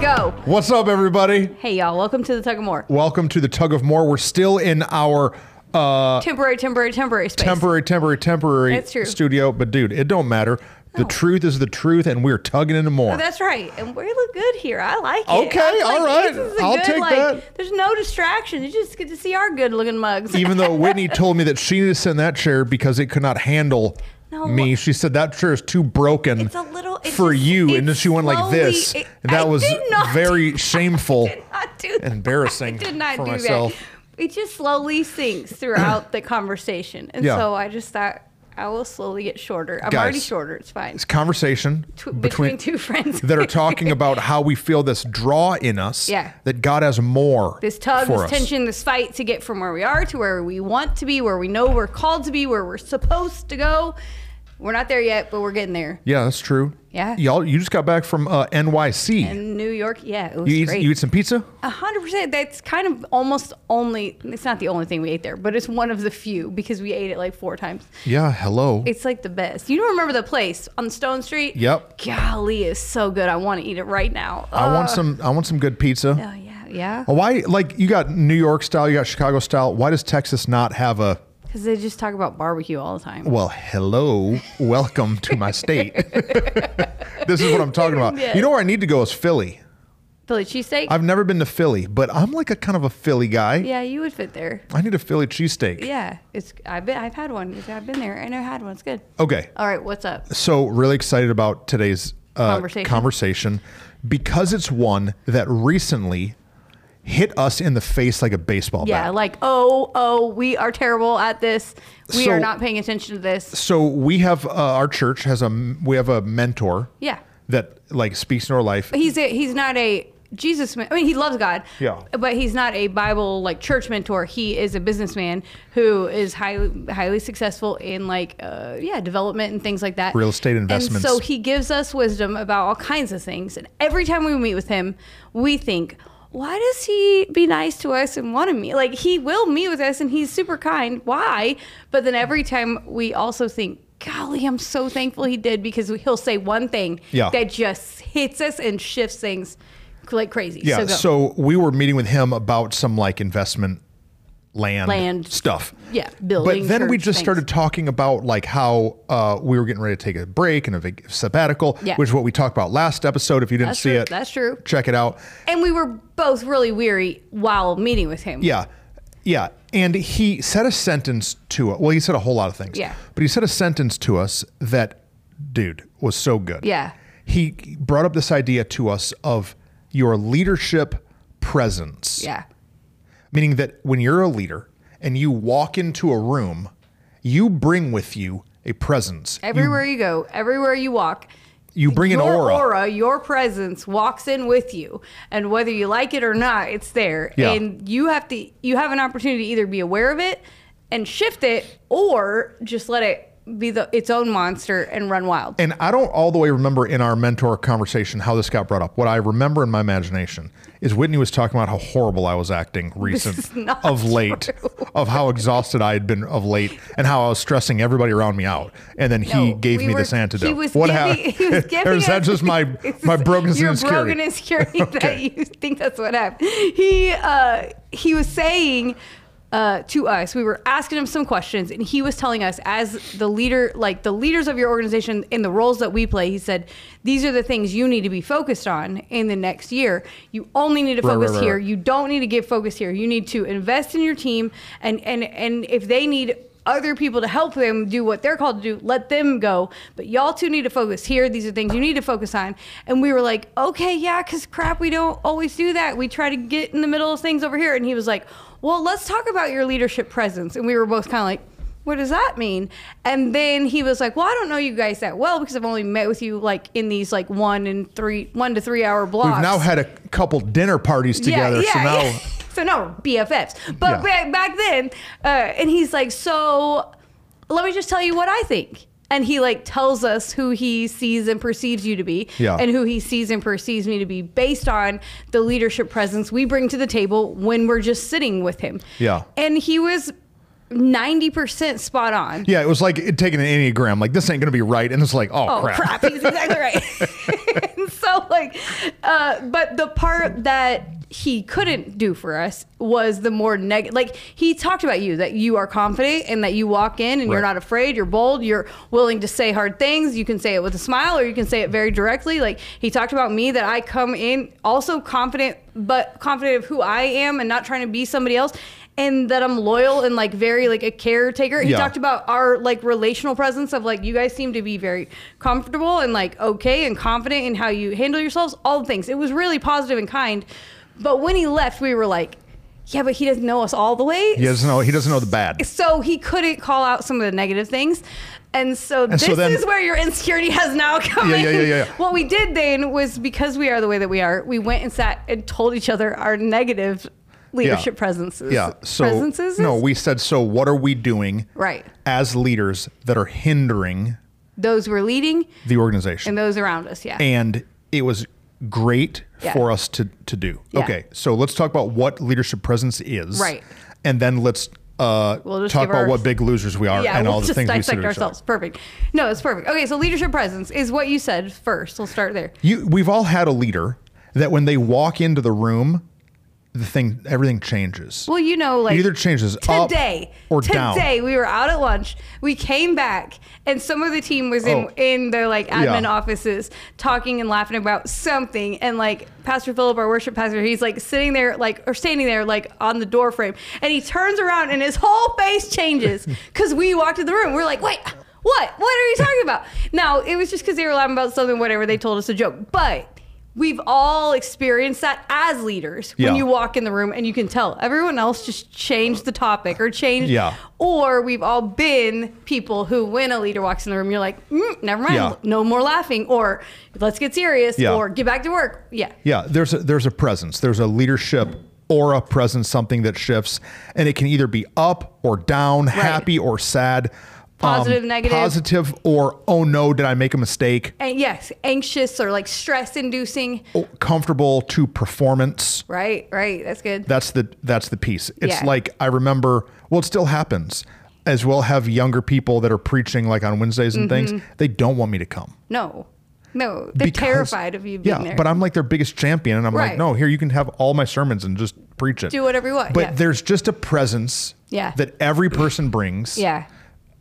go. What's up, everybody? Hey, y'all. Welcome to the Tug of War. Welcome to the Tug of More. We're still in our uh, Temporary, temporary, temporary space. temporary, temporary, temporary That's true. studio, but dude, it don't matter. The No. truth is the truth, and we're tugging into more. Oh, that's right. And we look good here. I like it. Okay, I was all like, right. This is a I'll good, take like, that. There's no distraction. You just get to see our good looking mugs. Even though Whitney told me that she needed to sit in that chair because it could not handle No. me, she said that chair is too broken It's a little- it's for just- you, and then it's she went like slowly- this. it- and that I was did not- very shameful. did not do that. Embarrassing I did not for do myself. that. It just slowly sinks throughout the conversation. And Yeah. so I just thought I will slowly get shorter. I'm Guys. already shorter. It's fine. It's conversation Tw- between, two friends that are talking about how we feel this draw in us. Yeah. That God has more. this tug, for this us. tension, this fight to get from where we are to where we want to be, where we know we're called to be, where we're supposed to go. We're not there yet, but we're getting there. Yeah, that's true. Yeah. Y'all, you just got back from uh, NYC. In New York, yeah, it was you, eat, great. you eat some pizza? A hundred percent. That's kind of almost only. It's not the only thing we ate there, but it's one of the few because we ate it like four times. Yeah, hello. It's like the best. You don't remember the place on Stone Street? Yep. Golly, it's so good. I want to eat it right now. I want some I want some good pizza. Oh Uh. yeah, yeah. Why like you got New York style, you got Chicago style. Why does Texas not have a Because they just talk about barbecue all the time. well, hello, welcome to my state. this is what I'm talking about. Yeah. You know where I need to go is Philly. Philly cheesesteak. I've never been to Philly, but I'm like a kind of a Philly guy. yeah, you would fit there. I need a Philly cheesesteak. Yeah, it's I've been I've had one. It's- I've been there. I never had one. It's good. Okay. All right, what's up? So really excited about today's uh, Conversation. conversation because it's one that recently hit us in the face like a baseball Yeah, bat. like oh oh, we are terrible at this. We So- are not paying attention to this. So we have uh, our church has a we have a mentor. Yeah. That like speaks into our life. He's a, he's not a Jesus man. I mean, he loves God. Yeah. But he's not a Bible like church mentor. He is a businessman who is highly highly successful in like uh, yeah development and things like that. Real estate investments. And so he gives us wisdom about all kinds of things. And every time we meet with him, we think, why does he be nice to us and want to meet? Like he will meet with us and he's super kind. Why? But then every time we also think. Golly, I'm so thankful he did because he'll say one thing Yeah. that just hits us and shifts things like crazy. Yeah. So, go. So, we were meeting with him about some like investment land, Land. stuff. Yeah, building But then we church just things. started talking about like how uh, we were getting ready to take a break and a vac- sabbatical, Yeah. which is what we talked about last episode. If you didn't That's see true. it, That's true. Check it out. and we were both really weary while meeting with him. Yeah. Yeah. And he said a sentence to us. Well, he said a whole lot of things. Yeah. But he said a sentence to us that, dude, was so good. Yeah. He brought up this idea to us of your leadership presence. Yeah. Meaning that when you're a leader and you walk into a room, you bring with you a presence. Everywhere you go, everywhere you walk, You bring an your aura. your presence walks in with you, and whether you like it or not, it's there. Yeah. And you have to you have an opportunity to either be aware of it and shift it, or just let it be the its own monster and run wild. And I don't all the way remember in our mentor conversation how this got brought up. What I remember in my imagination is Whitney was talking about how horrible I was acting is recent not of late, of how exhausted I had been of late, and how I was stressing everybody around me out. And then he No, gave we me were- this antidote. He was what giving, happened? He was giving or is that us- just my it's my brokenness your and insecurity? broken insecurity that Okay. you think that's what happened. He uh, he was saying uh, to us, we were asking him some questions, and he was telling us as the leader, like the leaders of your organization in the roles that we play. He said, "These are the things you need to be focused on in the next year. You only need to Right, right, focus right, here. right. You don't need to give focus here. You need to invest in your team, and and and if they need other people to help them do what they're called to do, let them go. But y'all two need to focus here. These are things you need to focus on. And we were like, okay, yeah, because crap, we don't always do that. We try to get in the middle of things over here. And he was like, well, let's talk about your leadership presence. And we were both kind of like. What does that mean? And then he was like, "Well, I don't know you guys that well because I've only met with you like in these like one and three, one to three hour blocks." We've now had a couple dinner parties together, so now So now we're BFFs. But Yeah. ba- back, then, uh, and he's like, so let me just tell you what I think. And he like tells us who he sees and perceives you to be, Yeah. and who he sees and perceives me to be, based on the leadership presence we bring to the table when we're just sitting with him. Yeah. and he was 90% spot on. Yeah, it was like it, taking an enneagram. Like this ain't gonna be right, and it's like, oh, Oh crap. crap! He's exactly right. and so like, uh, but the part that he couldn't do for us was the more negative. Like he talked about you that you are confident and that you walk in and you're Right. not afraid. You're bold. You're willing to say hard things. You can say it with a smile or you can say it very directly. Like he talked about me that I come in also confident, but confident of who I am and not trying to be somebody else. And that I'm loyal and like very like a caretaker. He Yeah. talked about about our like relational presence of like you guys seem to be very comfortable and like okay and confident in how you handle yourselves all the things it was really positive and kind but when he left we were like yeah but he doesn't know us all the way He doesn't know. He doesn't know the bad. so he couldn't call out some of the negative things and so this so then- is where your insecurity has now come Yeah, in. yeah, yeah, yeah, yeah. What we did then was because we are the way that we are, we went and sat and told each other our negative leadership presences. Yeah. So presences? no, we said. So what are we doing? Right. As leaders that are hindering Those were leading the organization, and those around us. Yeah. and it was great Yeah. for us to to do. Yeah. Okay. So let's talk about what leadership presence is. Right. And then let's uh, We'll just talk give about our- what big losers we are yeah, and we'll all the just things we said dissect to each other. ourselves. Perfect. No, it's perfect. Okay, so leadership presence is what you said first. We'll start there. You, we've all had a leader that when they walk into the room, the thing, everything changes. Well, you know, like it either changes today up or down. today we were out at lunch. We came back, and some of the team was in Oh. in their like admin Yeah. offices talking and laughing about something. And like Pastor Philip, our worship pastor, he's like sitting there, like or standing there, like on the door frame, and he turns around and his whole face changes because we walked in the room. We're like, wait. What? What are you talking about? Now, it was just because they were laughing about something, whatever. They told us a joke. But we've all experienced that as leaders when Yeah. you walk in the room and you can tell everyone else just changed the topic or changed Yeah. or we've all been people who when a leader walks in the room you're like mm, never mind Yeah. no more laughing or let's get serious Yeah. or get back to work yeah Yeah, there's a, there's a presence. There's a leadership aura presence, something that shifts, and it can either be up or down, happy or sad, um, Positive, negative. positive or oh no, did I make a mistake? and yes anxious or like stress inducing Oh, Comfortable to performance. right right that's good That's the that's the piece. It's Yeah. like I remember. Well, it still happens. As well, have younger people that are preaching like on Wednesdays and things. Mm-hmm. They don't want me to come. no no they're because- terrified of you being yeah, there but I'm like their biggest champion, and I'm Right. like, no, here you can have all my sermons and just preach it. Do whatever you want, But yeah. there's just a presence Yeah. that every person brings yeah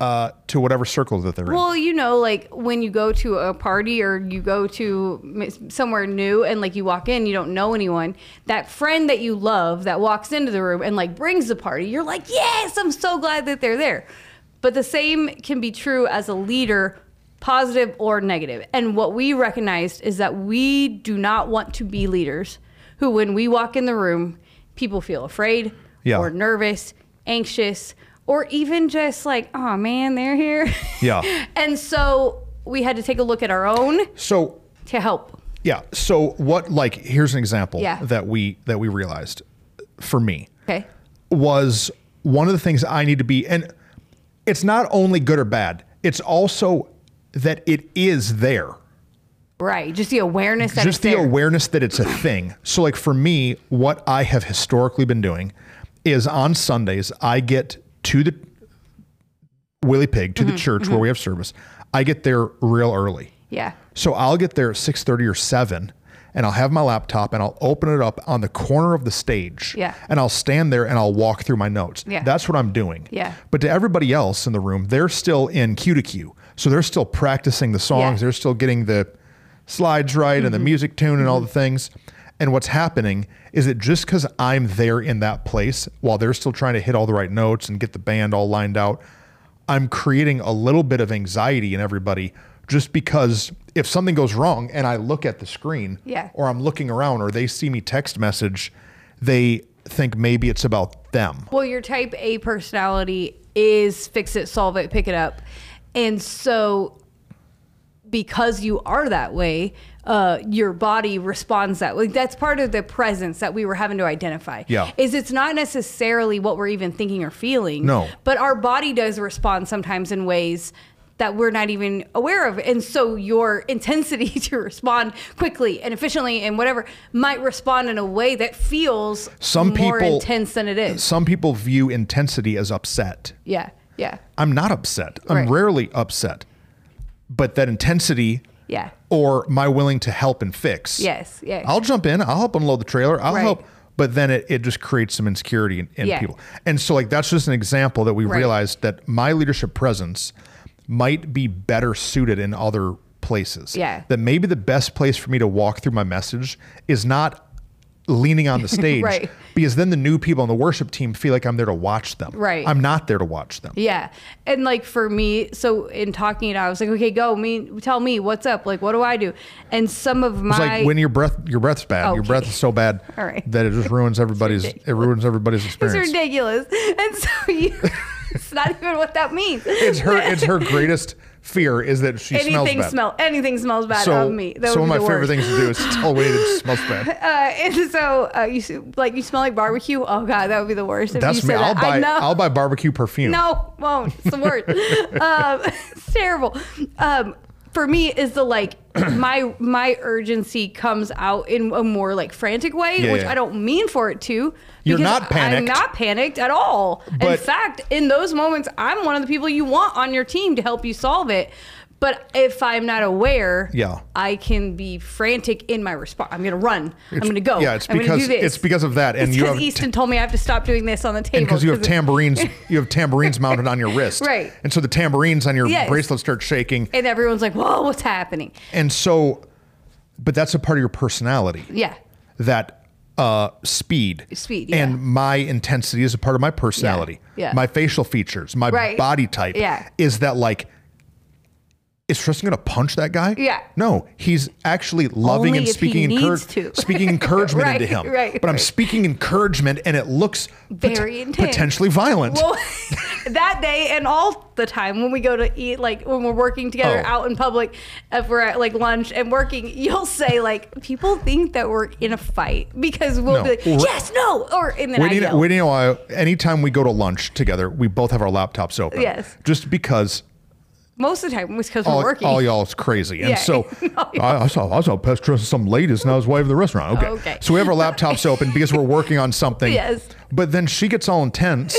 uh, to whatever circle that they're Well, you know, like when you go to a party or you go to m- somewhere new and like you walk in, you don't know anyone. That friend that you love that walks into the room and like brings the party, you're like, yes, I'm so glad that they're there. But the same can be true as a leader, positive or negative. And what we recognized is that we do not want to be leaders who, when we walk in the room, people feel afraid Yeah. or nervous, anxious, or even just like, oh man, they're here. in. Yeah. And so we had to take a look at our own So to help. yeah. So what? Like here's an example Yeah. that we that we realized for me Okay. was one of the things I need to be, and it's not only good or bad. It's also that it is there. Right. Just the awareness that it's just the there. awareness that it's a thing. So, like for me, what I have historically been doing is on Sundays, I get to the Willie Pig Mm-hmm, to the church where we have service. I get there real early, yeah. so I'll get there at six thirty or seven, and I'll have my laptop and I'll open it up on the corner of the stage. Yeah. and I'll stand there and I'll walk through my notes. Yeah. that's what I'm doing. Yeah. But to everybody else in the room, they're still in cue to cue. So they're still practicing the songs. Yeah. They're still getting the slides right and the music tune and all the things. And what's happening is that just because I'm there in that place while they're still trying to hit all the right notes and get the band all lined out, I'm creating a little bit of anxiety in everybody just because if something goes wrong and I look at the screen Yeah. or I'm looking around or they see me text message, they think maybe it's about them. Well, your type A personality is fix it, solve it, pick it up. And so because you are that way, uh, your body responds that way. That's part of the presence that we were having to identify. Yeah. Is it's not necessarily what we're even thinking or feeling. No. But our body does respond sometimes in ways that we're not even aware of. And so your intensity to respond quickly and efficiently and whatever might respond in a way that feels Some more people- intense than it is. Some people view intensity as upset. Yeah. Yeah. I'm not upset. I'm Right. rarely upset. But that intensity Yeah. or my willing to help and fix. Yes, yes. I'll jump in. I'll help unload the trailer. I'll Right. help. But then it, it just creates some insecurity in, in Yeah. people. And so, like, that's just an example that we Right. realized that my leadership presence might be better suited in other places. Yeah. That maybe the best place for me to walk through my message is not leaning on the stage Right. because then the new people on the worship team feel like I'm there to watch them. Right. I'm not there to watch them. Yeah. And like for me, so in talking it out, I was like, okay, go me, tell me what's up. Like, what do I do? And some of my, It's like when your breath your breath's bad. Your Okay. breath is so bad All right. that it just ruins everybody's it ridiculous. ruins everybody's it's experience. ridiculous. And so you, it's not even what that means. It's her it's her greatest fear is that she smells anything bad. smell, anything smells bad so, of me. That so would one of be my the favorite worst. things to do is to tell Wade it smells bad. Uh, and so uh, you s- like you smell like barbecue. Oh god, that would be the worst. If That's you me. said I'll that. I buy know. I'll buy barbecue perfume. No, won't. It's the word. um, it's terrible. Um, for me, is the like my my urgency comes out in a more like frantic way, Yeah, which yeah. I don't mean for it to. You're because not I'm panicked. not panicked at all. in But- fact, in those moments, I'm one of the people you want on your team to help you solve it. But if I'm not aware, Yeah. I can be frantic in my response. I'm gonna run. I'm gonna go. Yeah, it's I'm gonna because do this. it's because of that and It's you 'cause have Easton told me I have to stop doing this on the table because you have 'cause it- tambourines you have tambourines mounted on your wrist. Right. And so the tambourines on your Yes. bracelet start shaking. and everyone's like, "Whoa, what's happening?" And so but that's a part of your personality. Yeah, that uh, speed. Speed, yeah. And my intensity is a part of my personality. Yeah, yeah. My facial features, my Right. body type. Yeah. Is that like, is Tristan going to punch that guy? Yeah. No, he's actually loving Only and if he speaking, needs encourage- to. speaking encouragement Right, into him. right, But I'm right. speaking encouragement and it looks pot- Very intense. potentially violent. well, that day and all the time when we go to eat, like when we're working together Oh. out in public, if we're at like lunch and working, you'll say like, "People think that we're in a fight because we'll No. be like, Or- yes, no," or and then I Whitney, yell. Whitney and I, uh, anytime we go to lunch together, we both have our laptops open. Yes. Just because Most of the time, it's because we're all, working. all y'all is crazy. And Yeah. so I, I saw I saw pest trust some ladies and I was waving the restaurant. Okay. Okay. So we have our laptops open because we're working on something. Yes. But then she gets all intense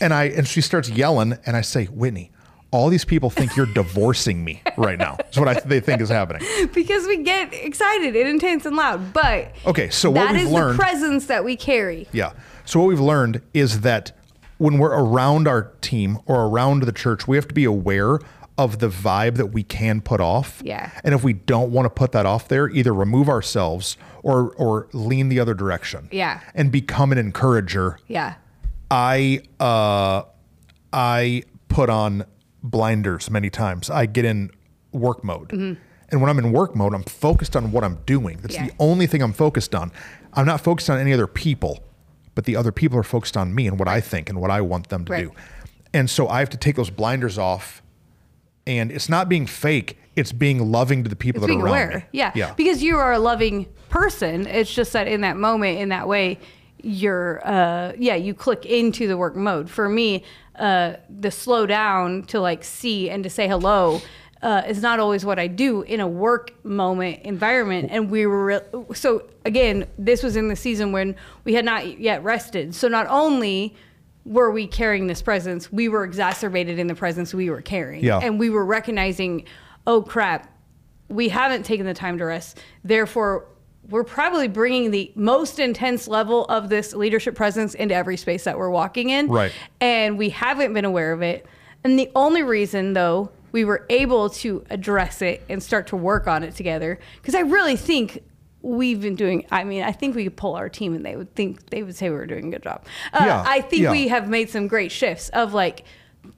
and I and she starts yelling and I say, Whitney, all these people think you're divorcing me right now. That's what I, they think is happening. because we get excited and intense and loud, but Okay, so what that we've is learned the presence that we carry. Yeah. So what we've learned is that when we're around our team or around the church, we have to be aware of the vibe that we can put off. Yeah. And if we don't want to put that off there, either remove ourselves or or lean the other direction. Yeah. And become an encourager. Yeah, I uh I put on blinders many times. I get in work mode. And when I'm in work mode, I'm focused on what I'm doing. That's Mm-hmm. Yeah. the only thing I'm focused on. I'm not focused on any other people, but the other people are focused on me and what I think and what I want them to Right. do. And so I have to take those blinders off. And it's not being fake, it's being loving to the people that being are around aware. me. Yeah. Yeah. Because you are a loving person. It's just that in that moment, in that way, you're, uh, yeah, you click into the work mode. For me, uh, the slow down to like see and to say hello. Uh, is not always what I do in a work moment environment, and we were re- so again. This was in the season when we had not yet rested, so not only were we carrying this presence, we were exacerbated in the presence we were carrying, Yeah. and we were recognizing, oh crap, we haven't taken the time to rest. Therefore, we're probably bringing the most intense level of this leadership presence into every space that we're walking in. Right. And we haven't been aware of it. And the only reason, though, we were able to address it and start to work on it together, because I really think we've been doing, I mean, I think we could pull our team and they would think, they would say we were doing a good job. Uh, Yeah, I think yeah. we have made some great shifts of like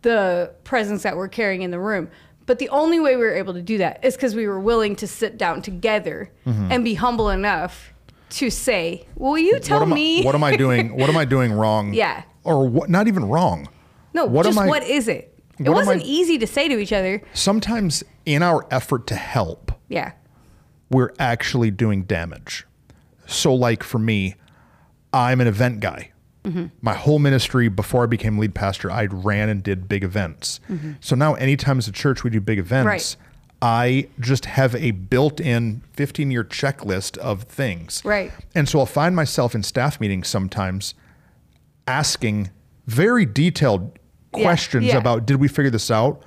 the presence that we're carrying in the room. But the only way we were able to do that is because we were willing to sit down together and be humble enough to say, "Will you tell Mm-hmm. what am me?" I, what am I doing? What am I doing wrong? Yeah. Or what not even wrong. no, what just am I- what is it? It what am wasn't I- easy to say to each other. sometimes in our effort to help, Yeah, we're actually doing damage. So, like for me, I'm an event guy. Mm-hmm. My whole ministry before I became lead pastor, I ran and did big events. So now, anytime as a church we do big events, Mm-hmm. Right. I just have a built in 15 year checklist of things. Right. And so I'll find myself in staff meetings sometimes asking very detailed Yeah, questions yeah. about did we figure this out?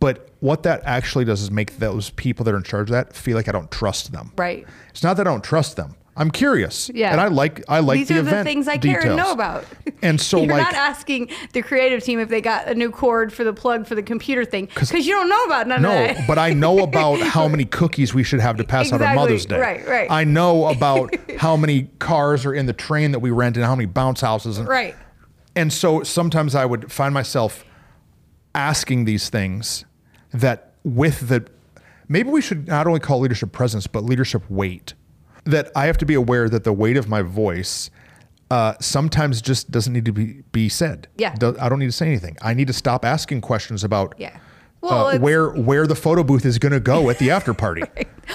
But what that actually does is make those people that are in charge of that feel like I don't trust them. Right. It's not that I don't trust them. I'm curious. Yeah. And I like I like These the are the event things I details. care and know about. And so You're like not asking the creative team if they got a new cord for the plug for the computer thing because you don't know about none of No, that. but I know about how many cookies we should have to pass out on Exactly. Mother's Day. Right, right. I know about how many cars are in the train that we rent and how many bounce houses. And, Right. And so sometimes I would find myself asking these things that with the maybe we should not only call leadership presence but leadership weight. That I have to be aware that the weight of my voice uh, sometimes just doesn't need to be be said. Yeah. Do- I don't need to say anything. I need to stop asking questions about Yeah. Well, well, it's- Uh, where where the photo booth is going to go at the after party.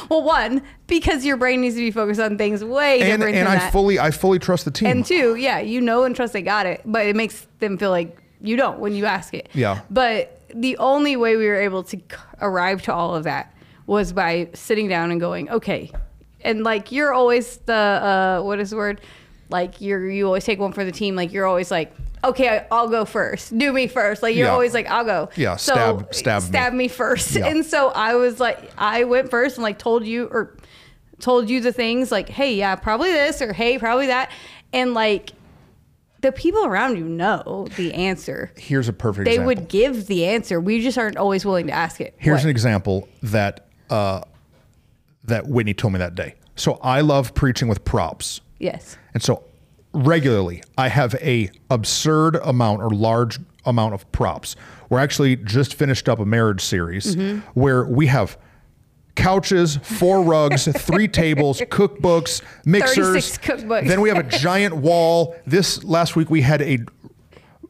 Well, one, because your brain needs to be focused on things way And different and than I that. fully I fully trust the team. and two, yeah, you know and trust they got it, but it makes them feel like you don't when you ask it. Yeah. But the only way we were able to c- arrive to all of that was by sitting down and going, okay, and like you're always the uh, what is the word? Like you're you always take one for the team. Like you're always like, okay, I- I'll go first. Do me first. Like you're Yeah. always like, I'll go. Yeah, So, stab- stab me. stab me, first. Yeah. And so I was like, I went first and like told you or told you the things like, hey, yeah, probably this or hey, probably that. And like the people around you know the answer. Here's a perfect They example. would give the answer. We just aren't always willing to ask it. Here's What? an example that uh, that Whitney told me that day. So I love preaching with props, yes. and so regularly I have a absurd amount or large amount of props. We're actually just finished up a marriage series where we have couches, four rugs, three tables, cookbooks, mixers. 36 cookbooks. Then we have a giant wall. This last week we had a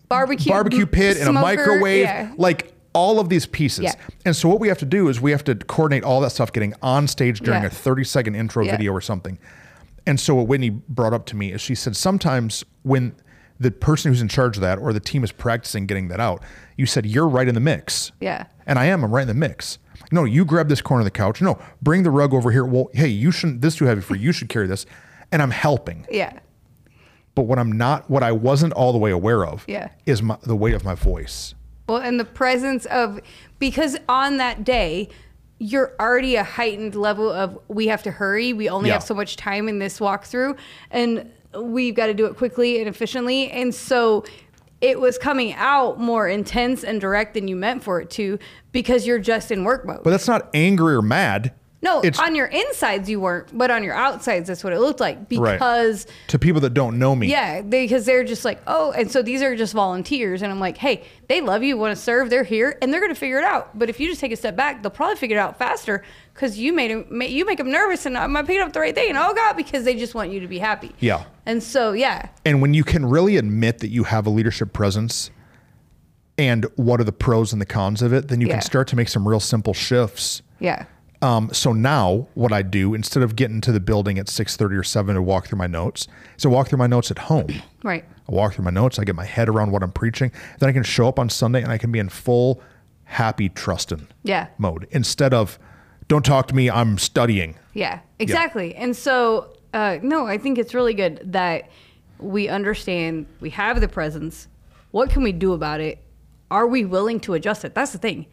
Barbecue barbecue pit and a smoker, microwave, yeah. like all of these pieces. Yeah. And so what we have to do is we have to coordinate all that stuff getting on stage during Yeah. a 30 second intro Yeah. video or something. And so what Whitney brought up to me is she said sometimes when the person who's in charge of that or the team is practicing getting that out, you said you're right in the mix. Yeah. And I am, I'm right in the mix. No, you grab this corner of the couch. No, bring the rug over here. Well, hey, you shouldn't this too heavy for you. You should carry this. And I'm helping Yeah. but what I'm not, what I wasn't all the way aware of, Yeah. is my, the weight of my voice. Well, and the presence of because on that day you're already a heightened level of we have to hurry. We only Yeah. have so much time in this walkthrough, and we've got to do it quickly and efficiently. And so it was coming out more intense and direct than you meant for it to because you're just in work mode. But that's not angry or mad. no, it's on your insides you weren't, but on your outsides that's what it looked like because to people that don't know me. yeah, they, because they're just like, oh, and so these are just volunteers, and I'm like, hey, they love you, want to serve, they're here, and they're gonna figure it out. But if you just take a step back, they'll probably figure it out faster because you made 'em- ma you make them nervous, and am I picking up the right thing? And oh god, because they just want you to be happy. Yeah. And so yeah, And when you can really admit that you have a leadership presence, and what are the pros and the cons of it, then you Yeah. can start to make some real simple shifts. yeah, Um, so now what I do instead of getting to the building at six thirty or seven to walk through my notes, is I walk through my notes at home. right, I walk through my notes. I get my head around what I'm preaching. Then I can show up on Sunday and I can be in full happy trusting Yeah. mode instead of don't talk to me. I'm studying. yeah, exactly. And so uh, no, I think it's really good that we understand we have the presence. What can we do about it? Are we willing to adjust it? That's the thing.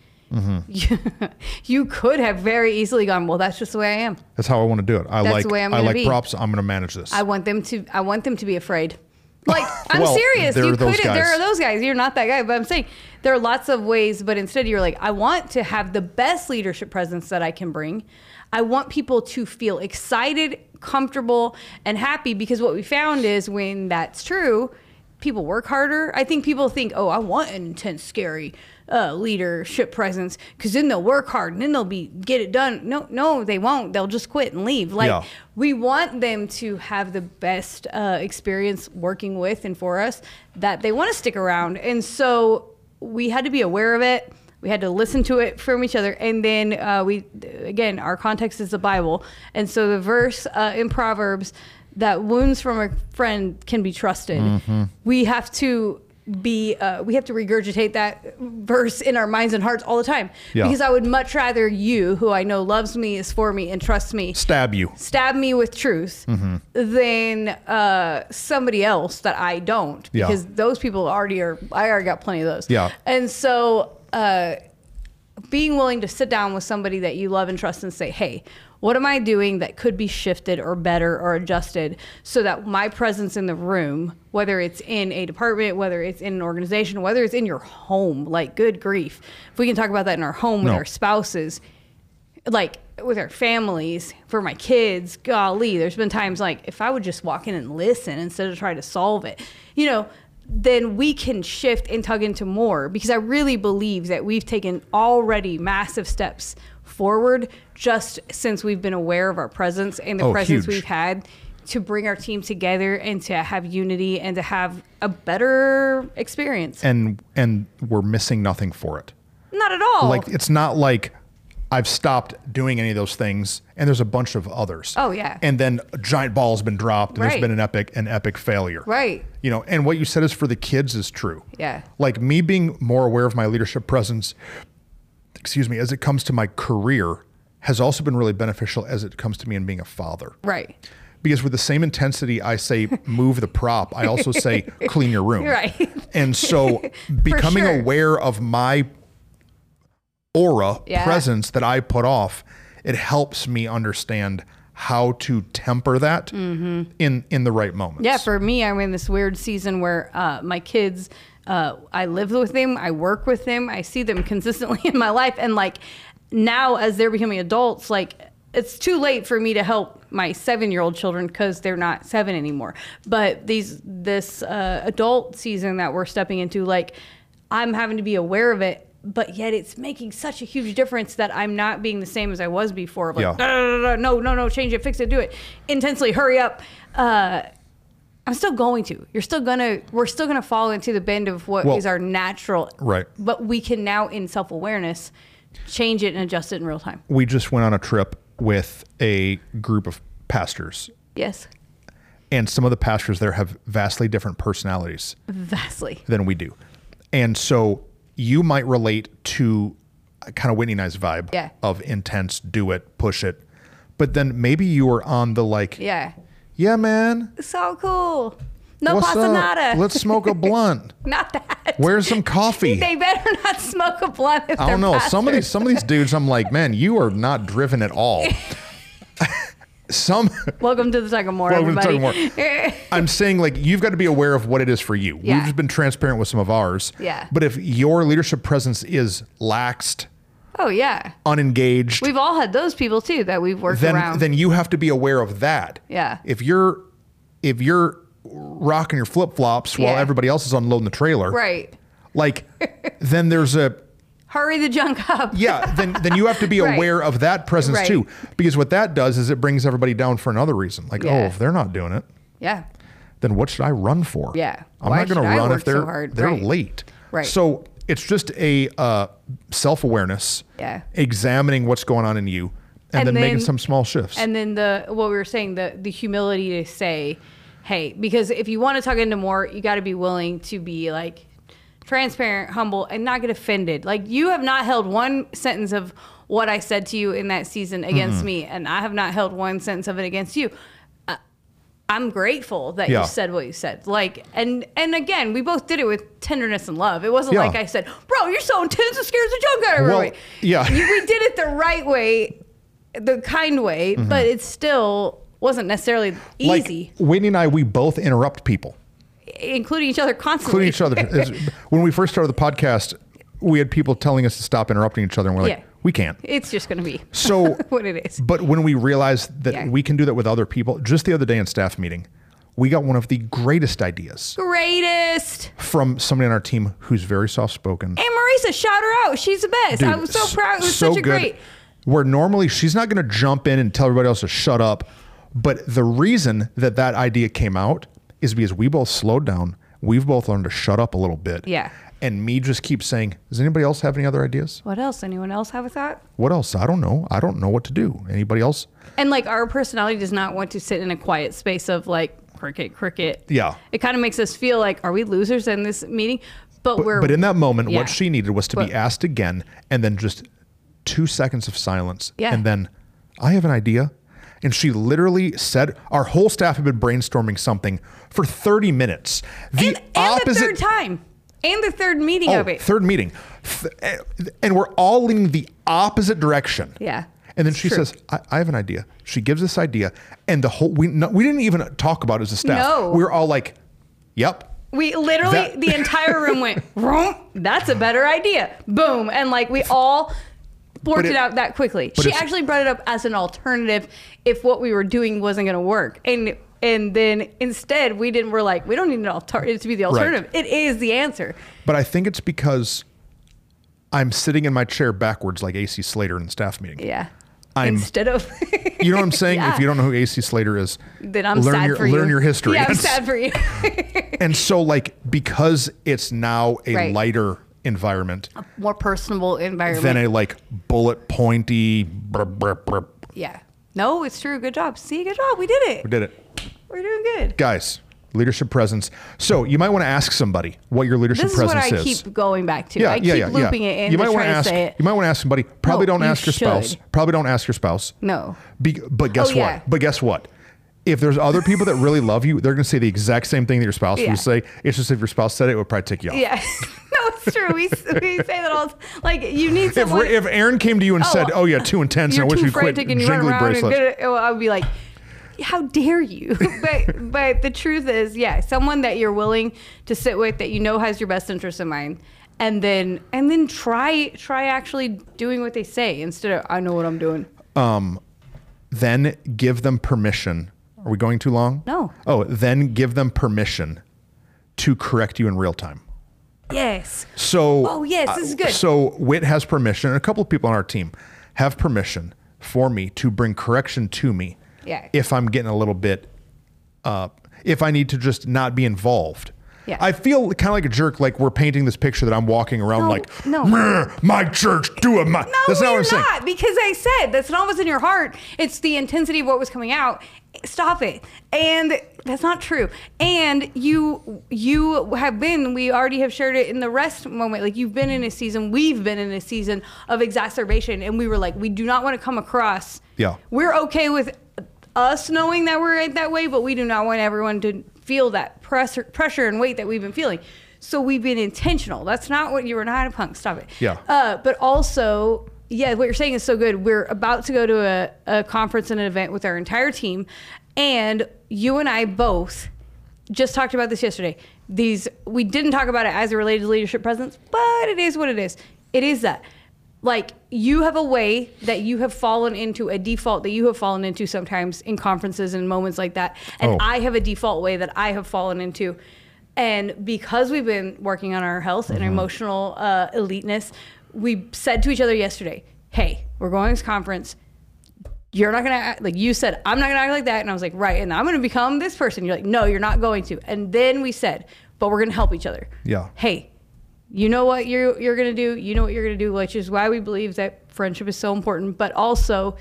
you could have very easily gone, well, that's just the way I am. That's how I want to do it. I That's like the way I'm I gonna like be. props. I'm going to manage this. I want them to I want them to be afraid. Like I'm Well, serious. there you are those couldn't there guys. are those guys. You're not that guy, but I'm saying there are lots of ways, but instead you're like, I want to have the best leadership presence that I can bring. I want people to feel excited, comfortable, and happy because what we found is when that's true, people work harder. I think people think, oh, I want an intense, scary uh, leadership presence because then they'll work hard and then they'll be get it done. No, no, they won't. They'll just quit and leave. Like Yeah. we want them to have the best uh, experience working with and for us that they want to stick around. And so we had to be aware of it. We had to listen to it from each other. And then uh, we, again, our context is the Bible. And so the verse uh, in Proverbs that wounds from a friend can be trusted. We have to be uh, we have to regurgitate that verse in our minds and hearts all the time Yeah. because I would much rather you, who I know loves me, is for me, and trusts me, Stab you. stab me with truth than uh, somebody else that I don't Yeah. because those people already are. I already got plenty of those. Yeah. and so uh, being willing to sit down with somebody that you love and trust and say, "Hey, what am I doing that could be shifted or better or adjusted so that my presence in the room, whether it's in a department, whether it's in an organization, whether it's in your home, like good grief, if we can talk about that in our home with No. our spouses." like with our families for my kids golly there's been times like if i would just walk in and listen instead of try to solve it you know then we can shift and tug into more because i really believe that we've taken already massive steps forward just since we've been aware of our presence and the Oh, presence huge. we've had to bring our team together and to have unity and to have a better experience and and we're missing nothing for it. not at all Like it's not like I've stopped doing any of those things and there's a bunch of others. Oh, yeah. And then a giant ball's been dropped and Right. there's been an epic an epic failure. right You know, and what you said is for the kids is true. Yeah. Like me being more aware of my leadership presence, excuse me, as it comes to my career has also been really beneficial as it comes to me in being a father. right Because with the same intensity I say move the prop, I also say clean your room. Right. And so becoming sure. aware of my aura Yeah. presence that I put off, it helps me understand how to temper that Mm-hmm. in in the right moments. Yeah, for me, I'm in this weird season where uh, my kids, uh, I live with them, I work with them, I see them consistently in my life, and like now as they're becoming adults, like it's too late for me to help my seven-year-old children because they're not seven anymore. But these this uh, adult season that we're stepping into, like I'm having to be aware of it. But yet, it's making such a huge difference that I'm not being the same as I was before. Of like, Yeah. no, no, no, no, no, no, change it, fix it, do it intensely. Hurry up. Uh, I'm still going to. You're still gonna. We're still gonna fall into the bend of what is Well, our natural. right. But we can now, in self awareness, change it and adjust it in real time. We just went on a trip with a group of pastors. Yes, And some of the pastors there have vastly different personalities. vastly. than we do. And so you might relate to kind of Whitney and I's vibe Yeah. of intense, do it, push it. But then maybe you were on the like, yeah, Yeah. man, So cool. No what's pasta up? nada. Let's smoke a blunt. Not that. Where's some coffee? They better not smoke a blunt if I they're don't know. Some of pastors. these some of these dudes, I'm like, man, you are not driven at all. some Welcome to the Tug More, Welcome to everybody. Tug I'm saying like you've got to be aware of what it is for you. Yeah. We've just been transparent with some of ours. Yeah. But if your leadership presence is laxed, oh yeah. unengaged, We've all had those people too that we've worked then around. then you have to be aware of that. Yeah. If you're if you're rocking your flip flops while Yeah. everybody else is unloading the trailer, right. Like then there's a Hurry the junk up. yeah, then then you have to be Right. aware of that presence Right. too. Because what that does is it brings everybody down for another reason. Like, Yeah. oh, if they're not doing it, Yeah. then what should I run for? Yeah. I'm Why not going should to I run work if so they're hard? they're Right. late. Right. So it's just a uh, self awareness. Yeah. Examining what's going on in you, And and, then, making then- some small shifts. and then the what we were saying the the humility to say hey because if you want to talk into more you got to be willing to be like transparent humble and not get offended like you have not held one sentence of what i said to you in that season against Mm-hmm. me and i have not held one sentence of it against you Uh, I'm grateful that Yeah. you said what you said. Like, and and again, we both did it with tenderness and love. It wasn't Yeah. like I said, "Bro, you're so intense, it scares the junk out of Well, everybody." yeah. You- we did it the right way, the kind way, but it still wasn't necessarily easy, Mm-hmm. Like Whitney and I, we both interrupt people, including each other constantly. including each other. As- when we first started the podcast, we had people telling us to stop interrupting each other, and we're like, Yeah. we can't. It's just going to be So, what it is. but when we realized that Yeah. we can do that with other people, just the other day in staff meeting, we got one of the greatest ideas Greatest. from somebody on our team who's very soft spoken. And Marisa, shout her out. She's the best. I was so proud. It was such a great. Where normally she's not going to jump in and tell everybody else to shut up, but the reason that that idea came out is because we both slowed down. we've both learned to shut up a little bit. Yeah. And me just keep saying, does anybody else have any other ideas? What else? Anyone else have a thought? What else? I don't know. I don't know what to do. Anybody else? And like our personality does not want to sit in a quiet space of like cricket, cricket. Yeah. It kind of makes us feel like are we losers in this meeting? But, But, we're but in that moment, yeah. what she needed was to But- be asked again and then just two seconds of silence. Yeah. And then, I have an idea. And she literally said, Our whole staff had been brainstorming something for 30 minutes. The and, and the third time and the third meeting Oh, of it. third meeting. Th- eh, And we're all leaning the opposite direction. Yeah. And then It's she true. says, I, I have an idea. She gives this idea, and the whole, we, no, we didn't even talk about it as a staff. No. We were all like, Yep, we literally That- the entire room went. "Vroom, That's a better idea. Boom, and like we all. Worked But it, it- out that quickly. but She it's- actually brought it up as an alternative if what we were doing wasn't going to work, and and then instead we didn't. We're like, we don't need an alter- it to be the alternative. It is the answer. But I think it's because I'm sitting in my chair backwards like AC Slater in the staff meeting. Yeah. I'm- Instead of You know what I'm saying? Yeah. If you don't know who AC Slater is, then I'm learn sad your for you. learn your history. Yeah, I'm It's- sad for you. and so like because it's now a Right. lighter environment More personable environment. than a like bullet pointy brr, brr, brr. yeah. No, it's true. Good job. See, good job. We did We it. did it. We're doing good. Guys, leadership presence. So you might want to ask somebody what your leadership This is what presence I is. keep going back to. yeah, I yeah, keep yeah, looping yeah. it in you you might to want try to to ask. say it. You might want to ask somebody. Probably No, don't you ask your spouse. should. Probably don't ask your spouse. No. Be, but guess Oh, what? yeah. But guess what? If there's other people that really love you, they're going to say the exact same thing that your spouse Yeah. would say. It's just if your spouse said it, it would probably tick you off. Yeah. no, it's true. We, we say that all the time. Like, you need If, someone. if Aaron came to you and Oh, said, "Oh yeah, too intense," you're and I wish too you quit frantic and you run jingly around and bracelets," good, well, I would be like, how dare you? but but the truth is, yeah, someone that you're willing to sit with that you know has your best interest in mind, and then and then try try actually doing what they say instead of I know what I'm doing. then give them permission. Are we going too long? No. Oh, then give them permission to correct you in real time. Yes. So uh, Oh, yes, this is good. So Wit has permission, and a couple of people on our team have permission for me to bring correction to me. Yeah. If I'm getting a little bit, uh, if I need to just not be involved. Yeah. I feel kind of like a jerk, like we're painting this picture that I'm walking around No, like, no. "Meh, my church, do it, my. No, that's not we're what I'm saying. not because I said that's not what's in your heart. It's the intensity of what was coming out. Stop it. And that's not true. And you you have been. We already have shared it in the rest moment. Like you've been in a season. We've been in a season of exacerbation, and we were like, we do not want to come across. Yeah. we're okay with us knowing that we're in that way, but we do not want everyone to feel that pressure pressure and weight that we've been feeling. So we've been intentional. That's not what you were not a punk. Stop it. Yeah. Uh, but also, yeah, what you're saying is so good. We're about to go to a, a conference and an event with our entire team, and you and I both just talked about this yesterday. These we didn't talk about it as a related to leadership presence, but it is what it is. It is that. Like you have a way that you have fallen into a default that you have fallen into sometimes in conferences and moments like that. And Oh. I have a default way that I have fallen into. And because we've been working on our health and emotional uh, eliteness, we said to each other yesterday, hey, we're going to this conference. You're not gonna act like you said, I'm not gonna act like that. And I was like, right. And I'm gonna become this person. You're like, no, you're not going to. And then we said, but we're gonna help each other. Yeah. Hey, you know what you're you're gonna do. You know what you're gonna do, which is why we believe that friendship is so important. But also,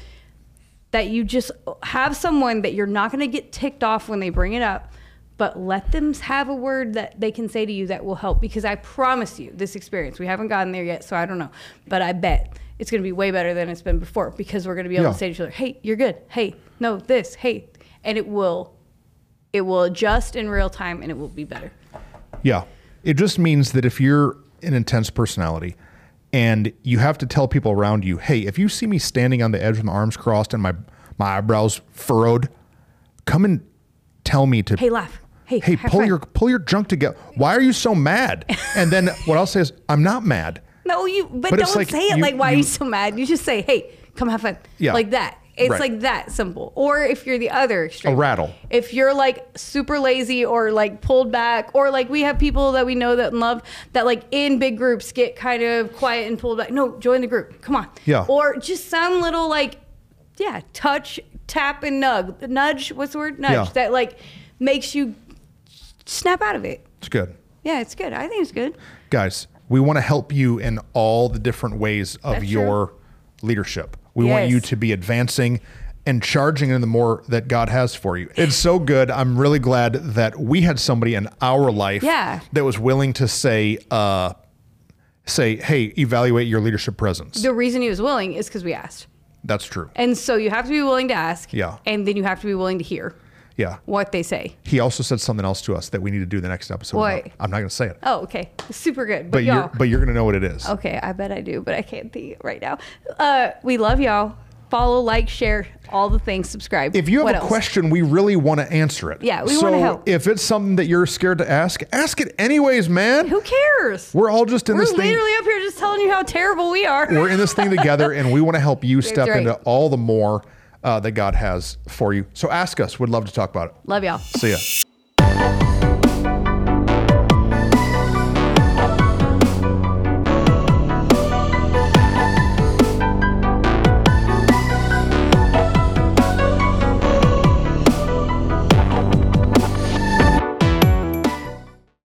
that you just have someone that you're not going to get ticked off when they bring it up but let them have a word that they can say to you that will help because i promise you this experience we haven't gotten there yet so i don't know but i bet it's going to be way better than it's been before because we're going to be able Yeah. to say to each other hey you're good hey no this hey and it will it will adjust in real time and it will be better Yeah. It just means that if you're an intense personality and you have to tell people around you, hey, if you see me standing on the edge with my arms crossed and my, my eyebrows furrowed, come and tell me to hey laugh hey hey, high pull five. your pull your junk together. Why are you so mad? And then what I'll say is, I'm not mad. No, you. But, But it's don't like say it you- like why are you- you so mad. You just say, "Hey, come have fun." Yeah. Like that. It's Right. like that simple. Or if you're the other extreme, A rattle. If you're like super lazy or like pulled back, or like we have people that we know that and love that like in big groups get kind of quiet and pulled back. No, join the group. Come on. Yeah. Or just some little like, yeah, touch, tap, and nug, nudge. What's the word? Nudge Yeah. that like makes you snap out of it. It's good. Yeah, it's good. I think it's good. Guys, we want to help you in all the different ways of That's your leadership. We want Yes. you to be advancing and charging into the more that God has for you. It's so good. I'm really glad that we had somebody in our life Yeah. that was willing to say, uh, say, hey, evaluate your leadership presence. The reason he was willing is because we asked. That's true. And so you have to be willing to ask. Yeah. And then you have to be willing to hear Yeah. what they say. He also said something else to us that we need to do the next episode. What? I'm not going to say it. Oh, okay. Super good. But, But y'all. you're but you're going to know what it is. okay, I bet I do, but I can't think right now. Uh, we love y'all. Follow, like, share, all the things. Subscribe. If you have What a else? question, we really want to answer it. Yeah, we so wanna help. If it's something that you're scared to ask, ask it anyways, man. who cares? We're all just in We're this literally thing. up here just telling you how terrible we are. We're in this thing together, and we want to help you step right. into all the more uh, that God has for you. So ask us. We'd love to talk about it. love y'all. See ya.